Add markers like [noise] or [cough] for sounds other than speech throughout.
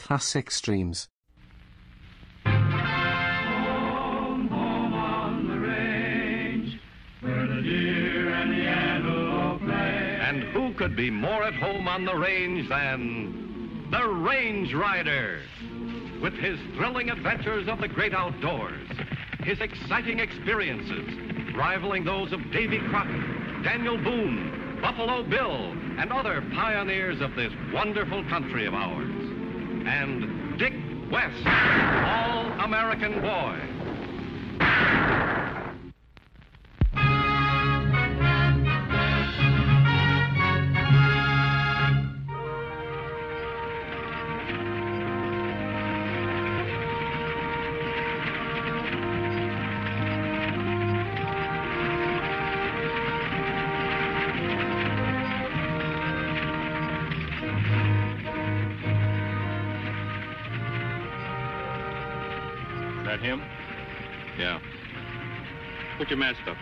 classic streams. Home, home on the range, where the deer and the antelope play. And who could be more at home on the range than the Range Rider? With his thrilling adventures of the great outdoors, his exciting experiences rivaling those of Davy Crockett, Daniel Boone, Buffalo Bill, and other pioneers of this wonderful country of ours. And Dick West, All American Boy. That him? Yeah. Put your mask up.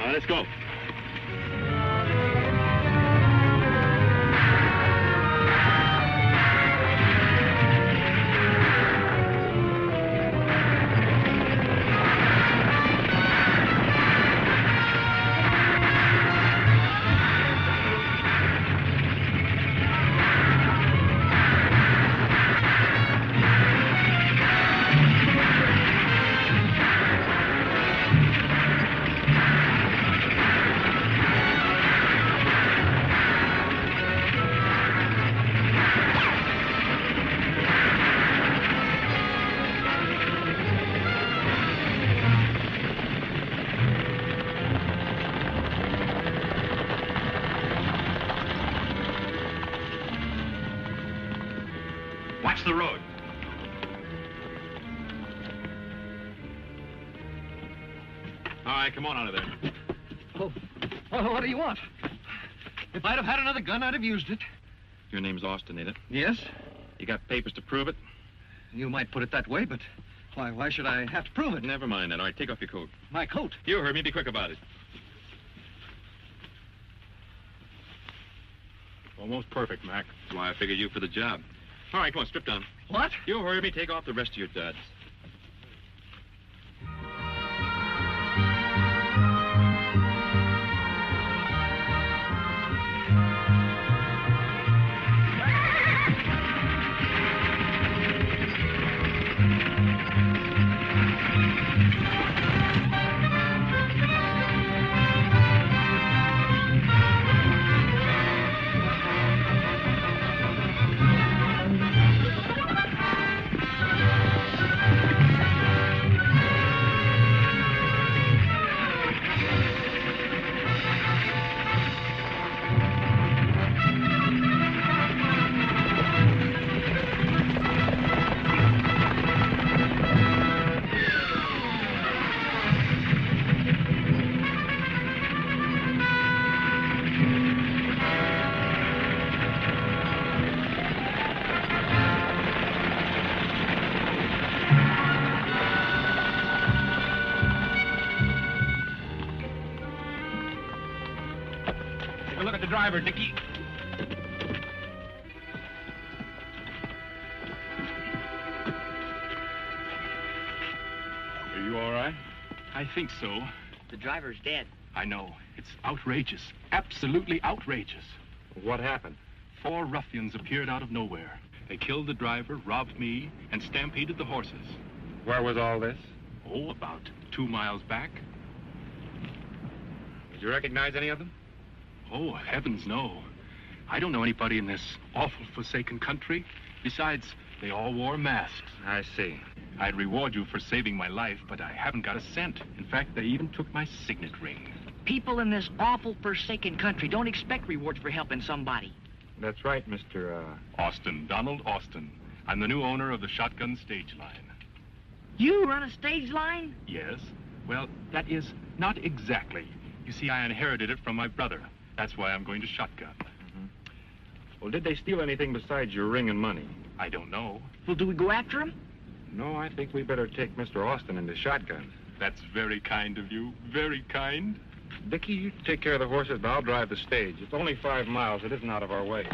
All right, let's go. Watch the road. All right, come on out of there. Oh, well, what do you want? If I'd have had another gun, I'd have used it. Your name's Austin, ain't it? Yes? You got papers to prove it? You might put it that way, but why, why should I have to prove it? Never mind that. All right, take off your coat. My coat. You heard me. Be quick about it. Almost perfect, Mac. That's why I figured you for the job. All right, come on, strip down. What? You heard me. Take off the rest of your duds. Take a look at the driver, Dickie. Are you all right? I think so. The driver's dead. I know. It's outrageous. Absolutely outrageous. What happened? Four ruffians appeared out of nowhere. They killed the driver, robbed me, and stampeded the horses. Where was all this? Oh, about two miles back. Did you recognize any of them? Oh, heavens, no. I don't know anybody in this awful forsaken country. Besides, they all wore masks. I see. I'd reward you for saving my life, but I haven't got a cent. In fact, they even took my signet ring. People in this awful forsaken country don't expect rewards for helping somebody. That's right, Mr. Uh... Austin, Donald Austin. I'm the new owner of the Shotgun Stage Line. You run a stage line? Yes? Well, that is not exactly. You see, I inherited it from my brother. That's why I'm going to Shotgun. Well, did they steal anything besides your ring and money? I don't know. Well, do we go after him? No, I think we better take Mr. Austin into shotgun. That's very kind of you. Very kind. Dickie, you take care of the horses, but I'll drive the stage. It's only five miles. It isn't out of our way.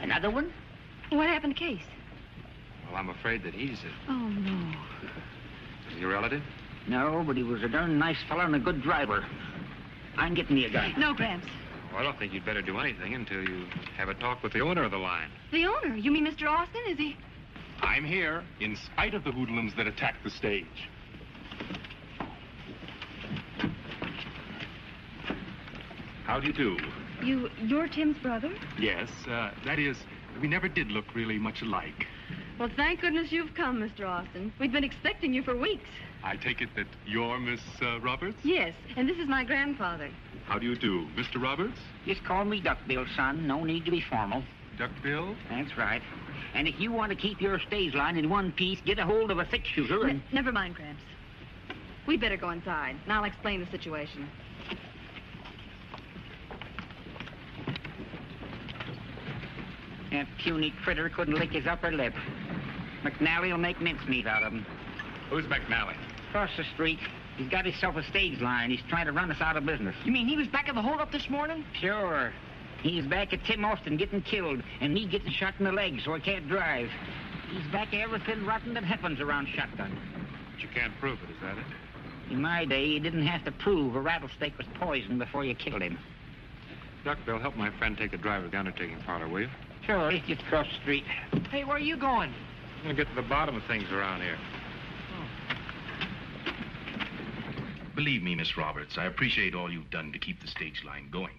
What happened to Case? Well, I'm afraid that he's Oh, no. a, your relative. No, but he was a darn nice feller and a good driver. I'm getting me a gun. No, Gramps. Well, Oh, I don't think you'd better do anything until you have a talk with the owner of the line. The owner. You mean Mr. Austin? Is he? I'm here in spite of the hoodlums that attacked the stage. How do you do? You, you're Tim's brother? Yes, uh, that is, we never did look really much alike. Well, thank goodness you've come, Mr. Austin. We've been expecting you for weeks. I take it that you're Miss uh, Roberts? Yes, and this is my grandfather. How do you do, Mr. Roberts? Just call me Duckbill, son. No need to be formal. Duckbill? That's right. And if you want to keep your stage line in one piece, get a hold of a six shooter and. Ne- never mind, Gramps. We better go inside, and I'll explain the situation. That puny critter couldn't lick his upper lip. McNally will make mincemeat out of him. Oh, Who's McNally? Across the street, he's got himself a stage line. He's trying to run us out of business. You mean he was back in the holdup this morning? Sure. He's back at Tim Austin getting killed, and me getting shot in the leg so I can't drive. He's back at everything rotten that happens around shotgun. But you can't prove it, is that it? In my day, you didn't have to prove a rattlesnake was poisoned before you killed him. Duckbill, help my friend take the driver of the undertaking parlor, will you? Sure, it's just across the street. Hey, where are you going? I'm going to get to the bottom of things around here. Believe me, Miss Roberts, I appreciate all you've done to keep the stage line going.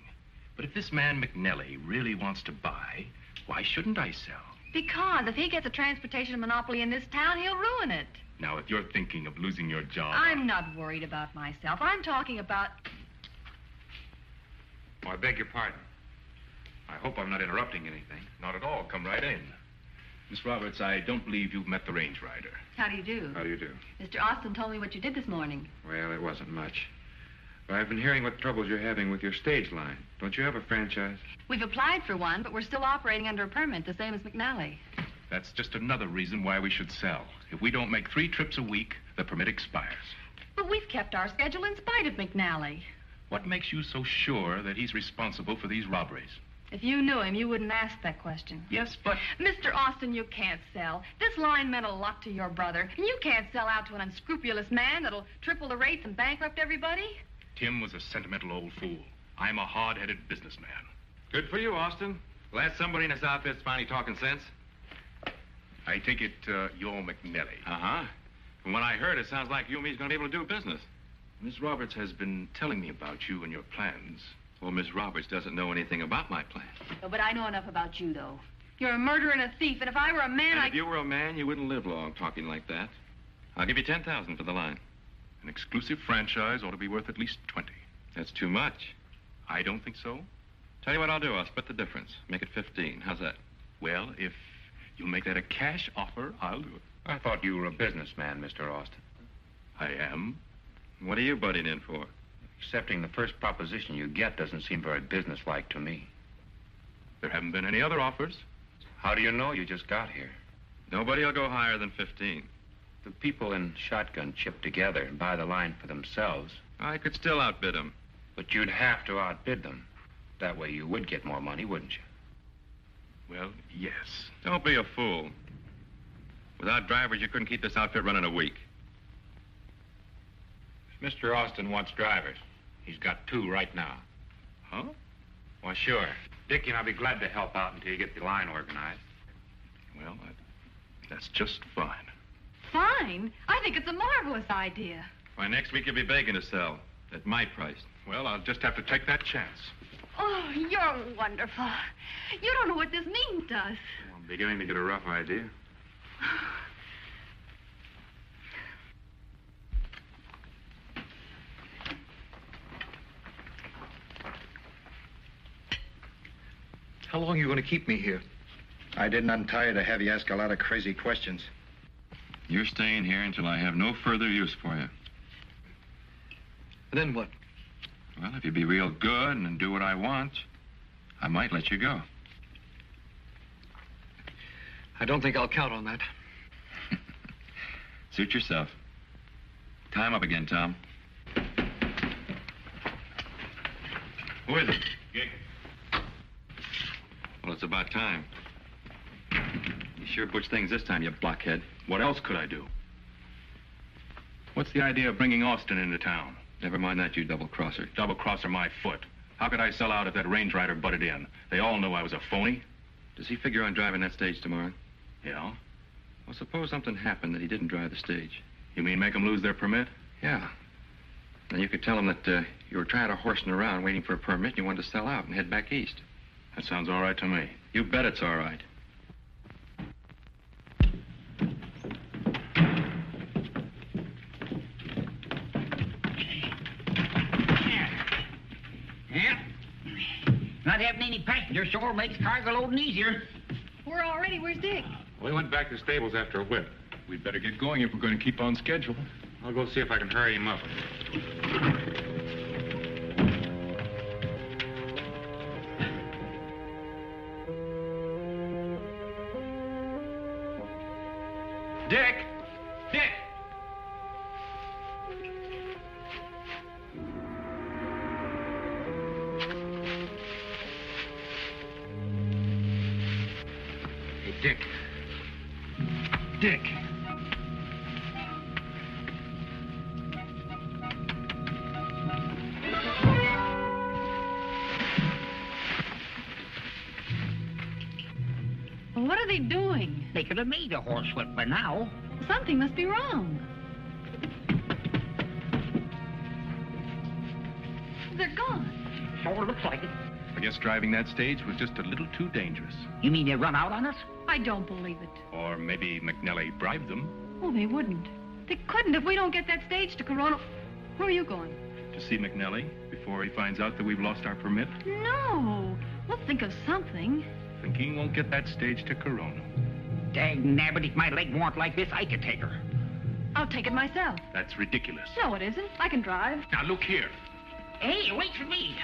But if this man McNelly really wants to buy, why shouldn't I sell? Because if he gets a transportation monopoly in this town, he'll ruin it. Now, if you're thinking of losing your job, I'm not worried about myself. I'm talking about. Oh, I beg your pardon. I hope I'm not interrupting anything. not at all. Come right in. Miss Roberts, I don't believe you've met the range rider. How do you do? How do you do? Mr. Austin told me what you did this morning. Well, it wasn't much. But I've been hearing what troubles you're having with your stage line. Don't you have a franchise? We've applied for one, but we're still operating under a permit, the same as McNally. That's just another reason why we should sell. If we don't make three trips a week, the permit expires. But we've kept our schedule in spite of McNally. What makes you so sure that he's responsible for these robberies? If you knew him, you wouldn't ask that question. Yes, but Mr. Austin, you can't sell. This line meant a lot to your brother, and you can't sell out to an unscrupulous man that'll triple the rates and bankrupt everybody. Tim was a sentimental old fool. I'm a hard-headed businessman. Good for you, Austin. Glad somebody in this outfit's finally talking sense. I take it uh, you're McNelly. Uh huh. From what I heard, it sounds like you and me's going to be able to do business. Miss Roberts has been telling me about you and your plans. Well, Miss Roberts doesn't know anything about my plan. No, but I know enough about you, though. You're a murderer and a thief, and if I were a man, And I. if you were a man, you wouldn't live long talking like that. I'll give you 10000 for the line. An exclusive franchise ought to be worth at least 20. That's too much. I don't think so. Tell you what I'll do. I'll split the difference. Make it 15. How's that? Well, if you'll make that a cash offer, I'll do it. I thought you were a businessman, Mr. Austin. I am. What are you butting in for? Accepting the first proposition you get doesn't seem very businesslike to me. There haven't been any other offers. How do you know you just got here? Nobody will go higher than 15. The people in Shotgun chip together and buy the line for themselves, I could still outbid 'em. but you'd have to outbid them. That way you would get more money, wouldn't you? Well, yes. Don't be a fool. Without drivers, you couldn't keep this outfit running a week. Mr. Austin wants drivers. He's got two right now. Huh? Why, sure. Dickie and I'll be glad to help out until you get the line organized. Well, I- that's just fine. Fine. I think it's a marvelous idea. Why, next week you'll be begging to sell. At my price. Well, I'll just have to take that chance. Oh, you're wonderful. You don't know what this means to us. I'm beginning to get a rough idea. How long are you going to keep me here? I didn't untie you to have you ask a lot of crazy questions. You're staying here until I have no further use for you. And then what? Well, if you be real good and do what I want, I might let you go. I don't think I'll count on that. Suit yourself. Time up again, Tom. Who is it? Well, it's about time. sure butch things this time, you blockhead. What else could I do? What's the idea of bringing Austin into town? Never mind that, you double crosser. Double crosser my foot. How could I sell out if that range rider butted in? They all know I was a phony. Does he figure on driving that stage tomorrow? Yeah? Well, suppose something happened that he didn't drive the stage. You mean make 'em lose their permit? Yeah. And you could tell him that uh, you were tired of horsing around waiting for a permit and you wanted to sell out and head back east. That sounds all right to me. You bet it's all right. Yeah. Not having any passengers sure makes cargo loading easier. We're all ready. Where's Dick? We went back to stables after a whip. We'd better get going if we're going to keep on schedule. I'll go see if I can hurry him up. Dick! Dick! Hey, Dick. Dick. What are they doing? They could have made a horsewhip by now. Something must be wrong. They're gone. Sure looks like it. I guess driving that stage was just a little too dangerous. You mean they run out on us? I don't believe it. Or maybe McNelly bribed them Oh, they wouldn't. They couldn't if we don't get that stage to Corona. Where are you going? to see McNelly before he finds out that we've lost our permit. No. We'll think of something. Thinking won't get that stage to Corona. Dag nabbit, if my leg weren't like this, I could take her. I'll take it myself. That's ridiculous. No, it isn't. I can drive. Now look here. Hey, wait for me.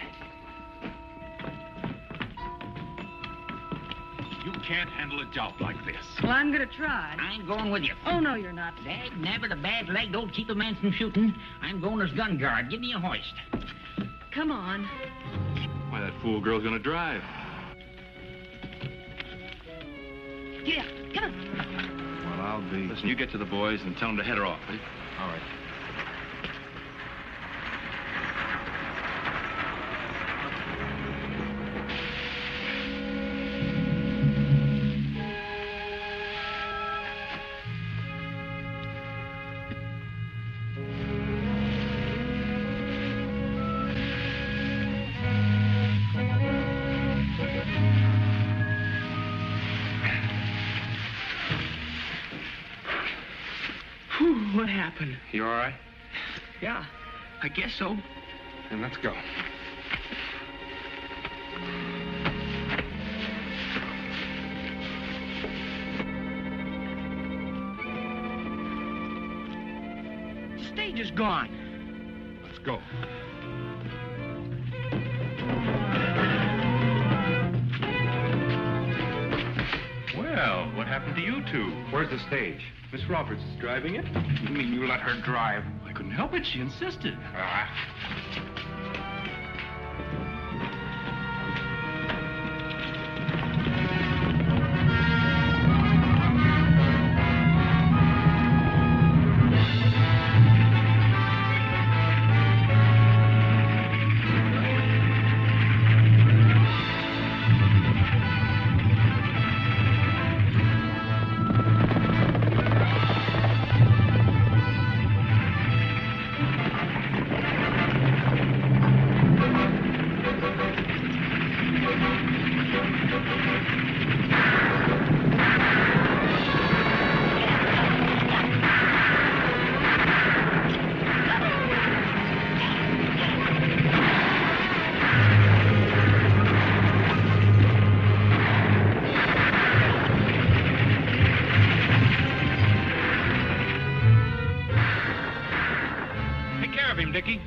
You can't handle a job like this. Well, I'm going to try. I ain't going with you. Oh, no, you're not. Dag nabbit, a bad leg don't keep a man from shooting. I'm going as gun guard. Give me a hoist. Come on. Why, that fool girl's gonna drive. Yeah, come on. Well, I'll be. Listen, you get to the boys and tell them to head her off, will you? All right. what happened? You all right? Yeah, I guess so. Then let's go. Stage is gone. Let's go. Well, what happened to you two? Where's the stage? Miss Roberts is driving it. You mean you let her drive? I couldn't help it. She insisted. Ah. Take care of him, Dickie.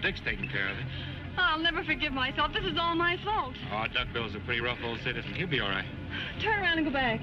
Dick's taking care of it. I'll never forgive myself. This is all my fault. Oh, Duckbill's a pretty rough old citizen. He'll be all right. Turn around and go back.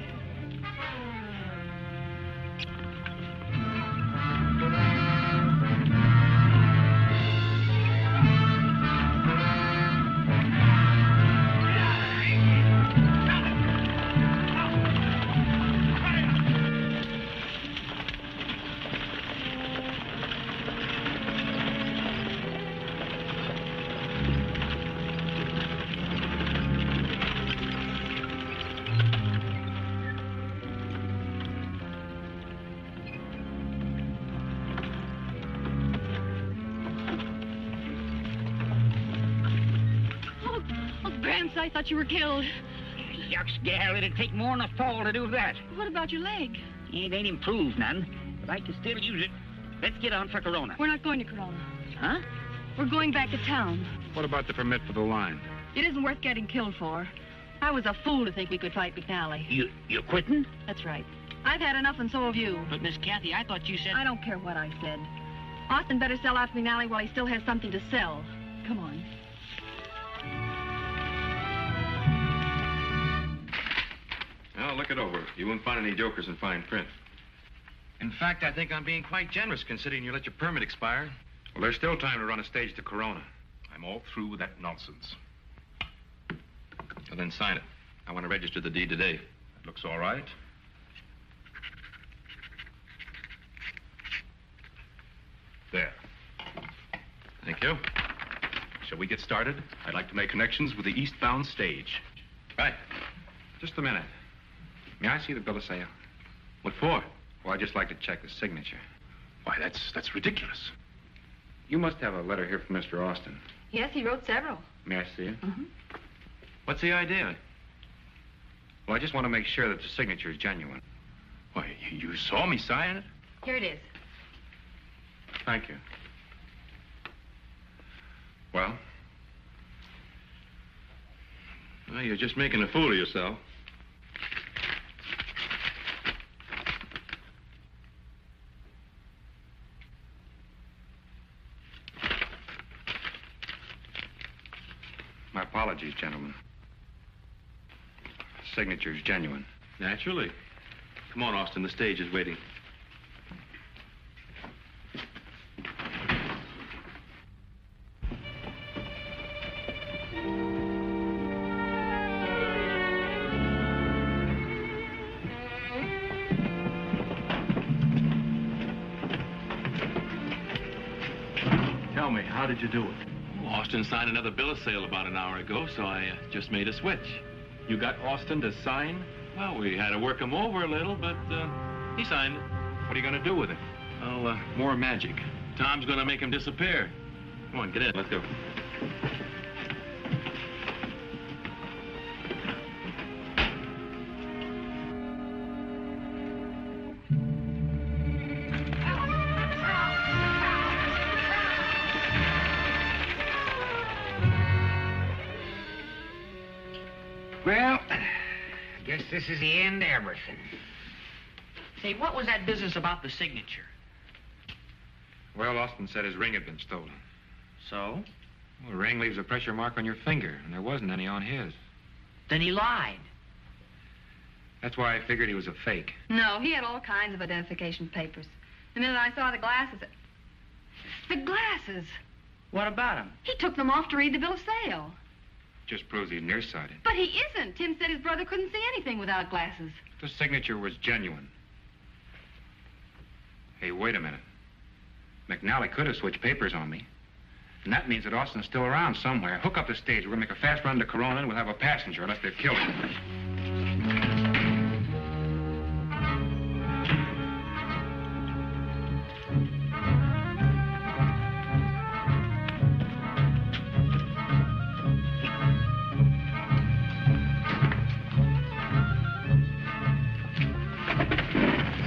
Oh, oh Gramps, I thought you were killed. Yucks, gal, it'd take more than a fall to do that. What about your leg? It ain't improved none, but I can still use it. Let's get on for Corona. We're not going to Corona. Huh? We're going back to town. What about the permit for the line? It isn't worth getting killed for. I was a fool to think we could fight McNally. You you quitting? That's right. I've had enough, and so have you. But Miss Kathy, I thought you said I don't care what I said. Austin better sell out to McNally while he still has something to sell. Come on. Now, look it over. You won't find any jokers in fine print. In fact, I think I'm being quite generous considering you let your permit expire. Well, there's still time to run a stage to Corona. I'm all through with that nonsense. Well, then sign it. I want to register the deed today. It looks all right. There. Thank you. Shall we get started? I'd like to make connections with the eastbound stage. Right. Just a minute. May I see the bill of sale? What for? Well, I'd just like to check the signature. Why, that's that's ridiculous. You must have a letter here from Mr. Austin. Yes, he wrote several. May I see it? Mm-hmm. What's the idea? Well, I just want to make sure that the signature is genuine. Why, you- you saw me sign it. Here it is. Thank you. Well? Well, you're just making a fool of yourself. My apologies, gentlemen. Signature's genuine. Naturally. Come on, Austin. The stage is waiting. Tell me, how did you do it? Austin signed another bill of sale about an hour ago, so I uh, just made a switch. You got Austin to sign? Well, we had to work him over a little, but uh, he signed it. What are you going to do with him? Well, uh, more magic. Tom's going to make him disappear. Come on, get in. Let's go. Well, guess this is the end of everything. Say, what was that business about the signature? Well, Austin said his ring had been stolen. So? Well, the ring leaves a pressure mark on your finger, and there wasn't any on his. Then he lied. That's why I figured he was a fake. No, he had all kinds of identification papers. The minute I saw the glasses, the glasses. What about him? He took them off to read the bill of sale. Just proves he's nearsighted. But he isn't. Tim said his brother couldn't see anything without glasses. The signature was genuine. Hey, wait a minute. McNally could have switched papers on me. And that means that Austin's still around somewhere. Hook up the stage. We're going to make a fast run to Corona, and we'll have a passenger unless they've killed him.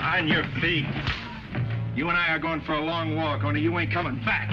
On your feet. You and I are going for a long walk, only you ain't coming back.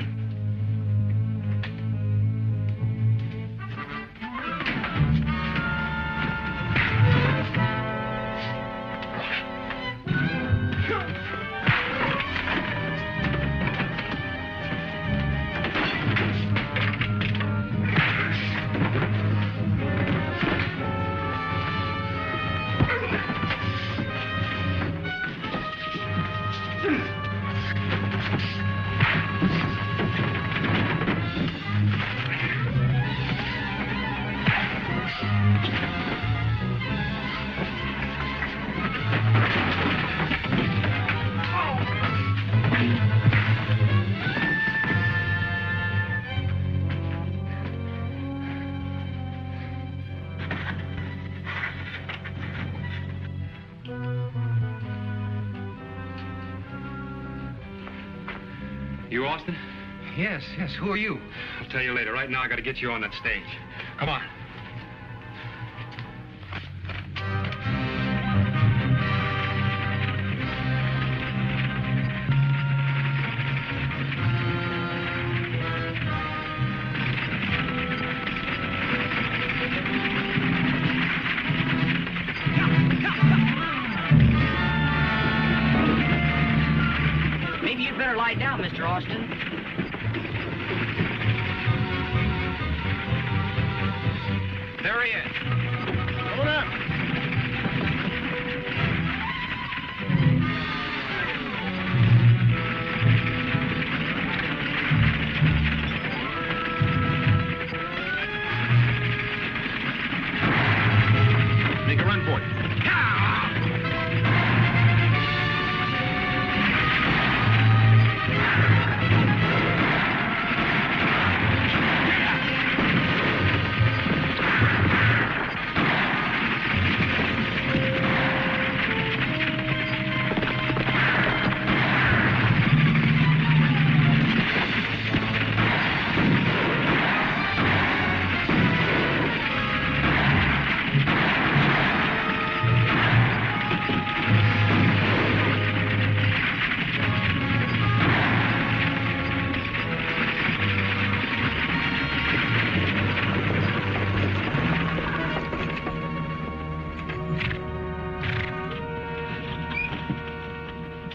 You Austin? Yes, yes. Who are you? I'll tell you later. Right now, I gotta get you on that stage. Come on. Maybe you'd better lie down, Mr. Austin. There he is. Hold up. Make a run for it.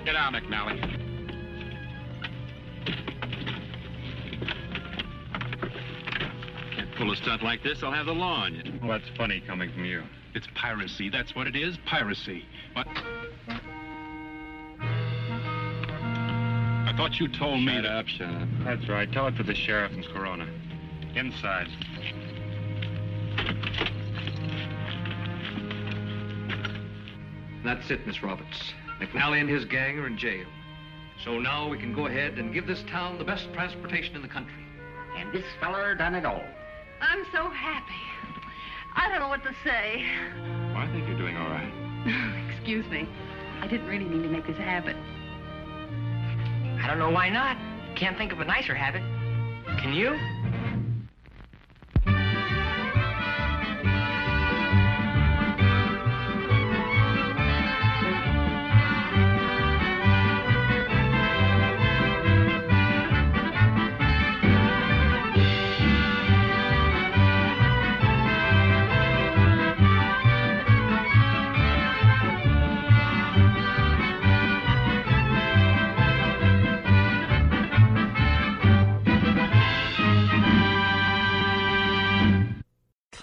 Get down, McNally. Can't pull a stunt like this, I'll have the law on you. Well, that's funny coming from you. It's piracy. That's what it is, piracy. But I thought you told me. Shut up, shut up. That's right. Tell it to the sheriff and Corona. Inside. That's it, Miss Roberts. McNally and his gang are in jail. So now we can go ahead and give this town the best transportation in the country. And this feller done it all. I'm so happy. I don't know what to say. well, I think you're doing all right. [laughs] Excuse me. I didn't really mean to make this habit. I don't know why not. Can't think of a nicer habit. Can you?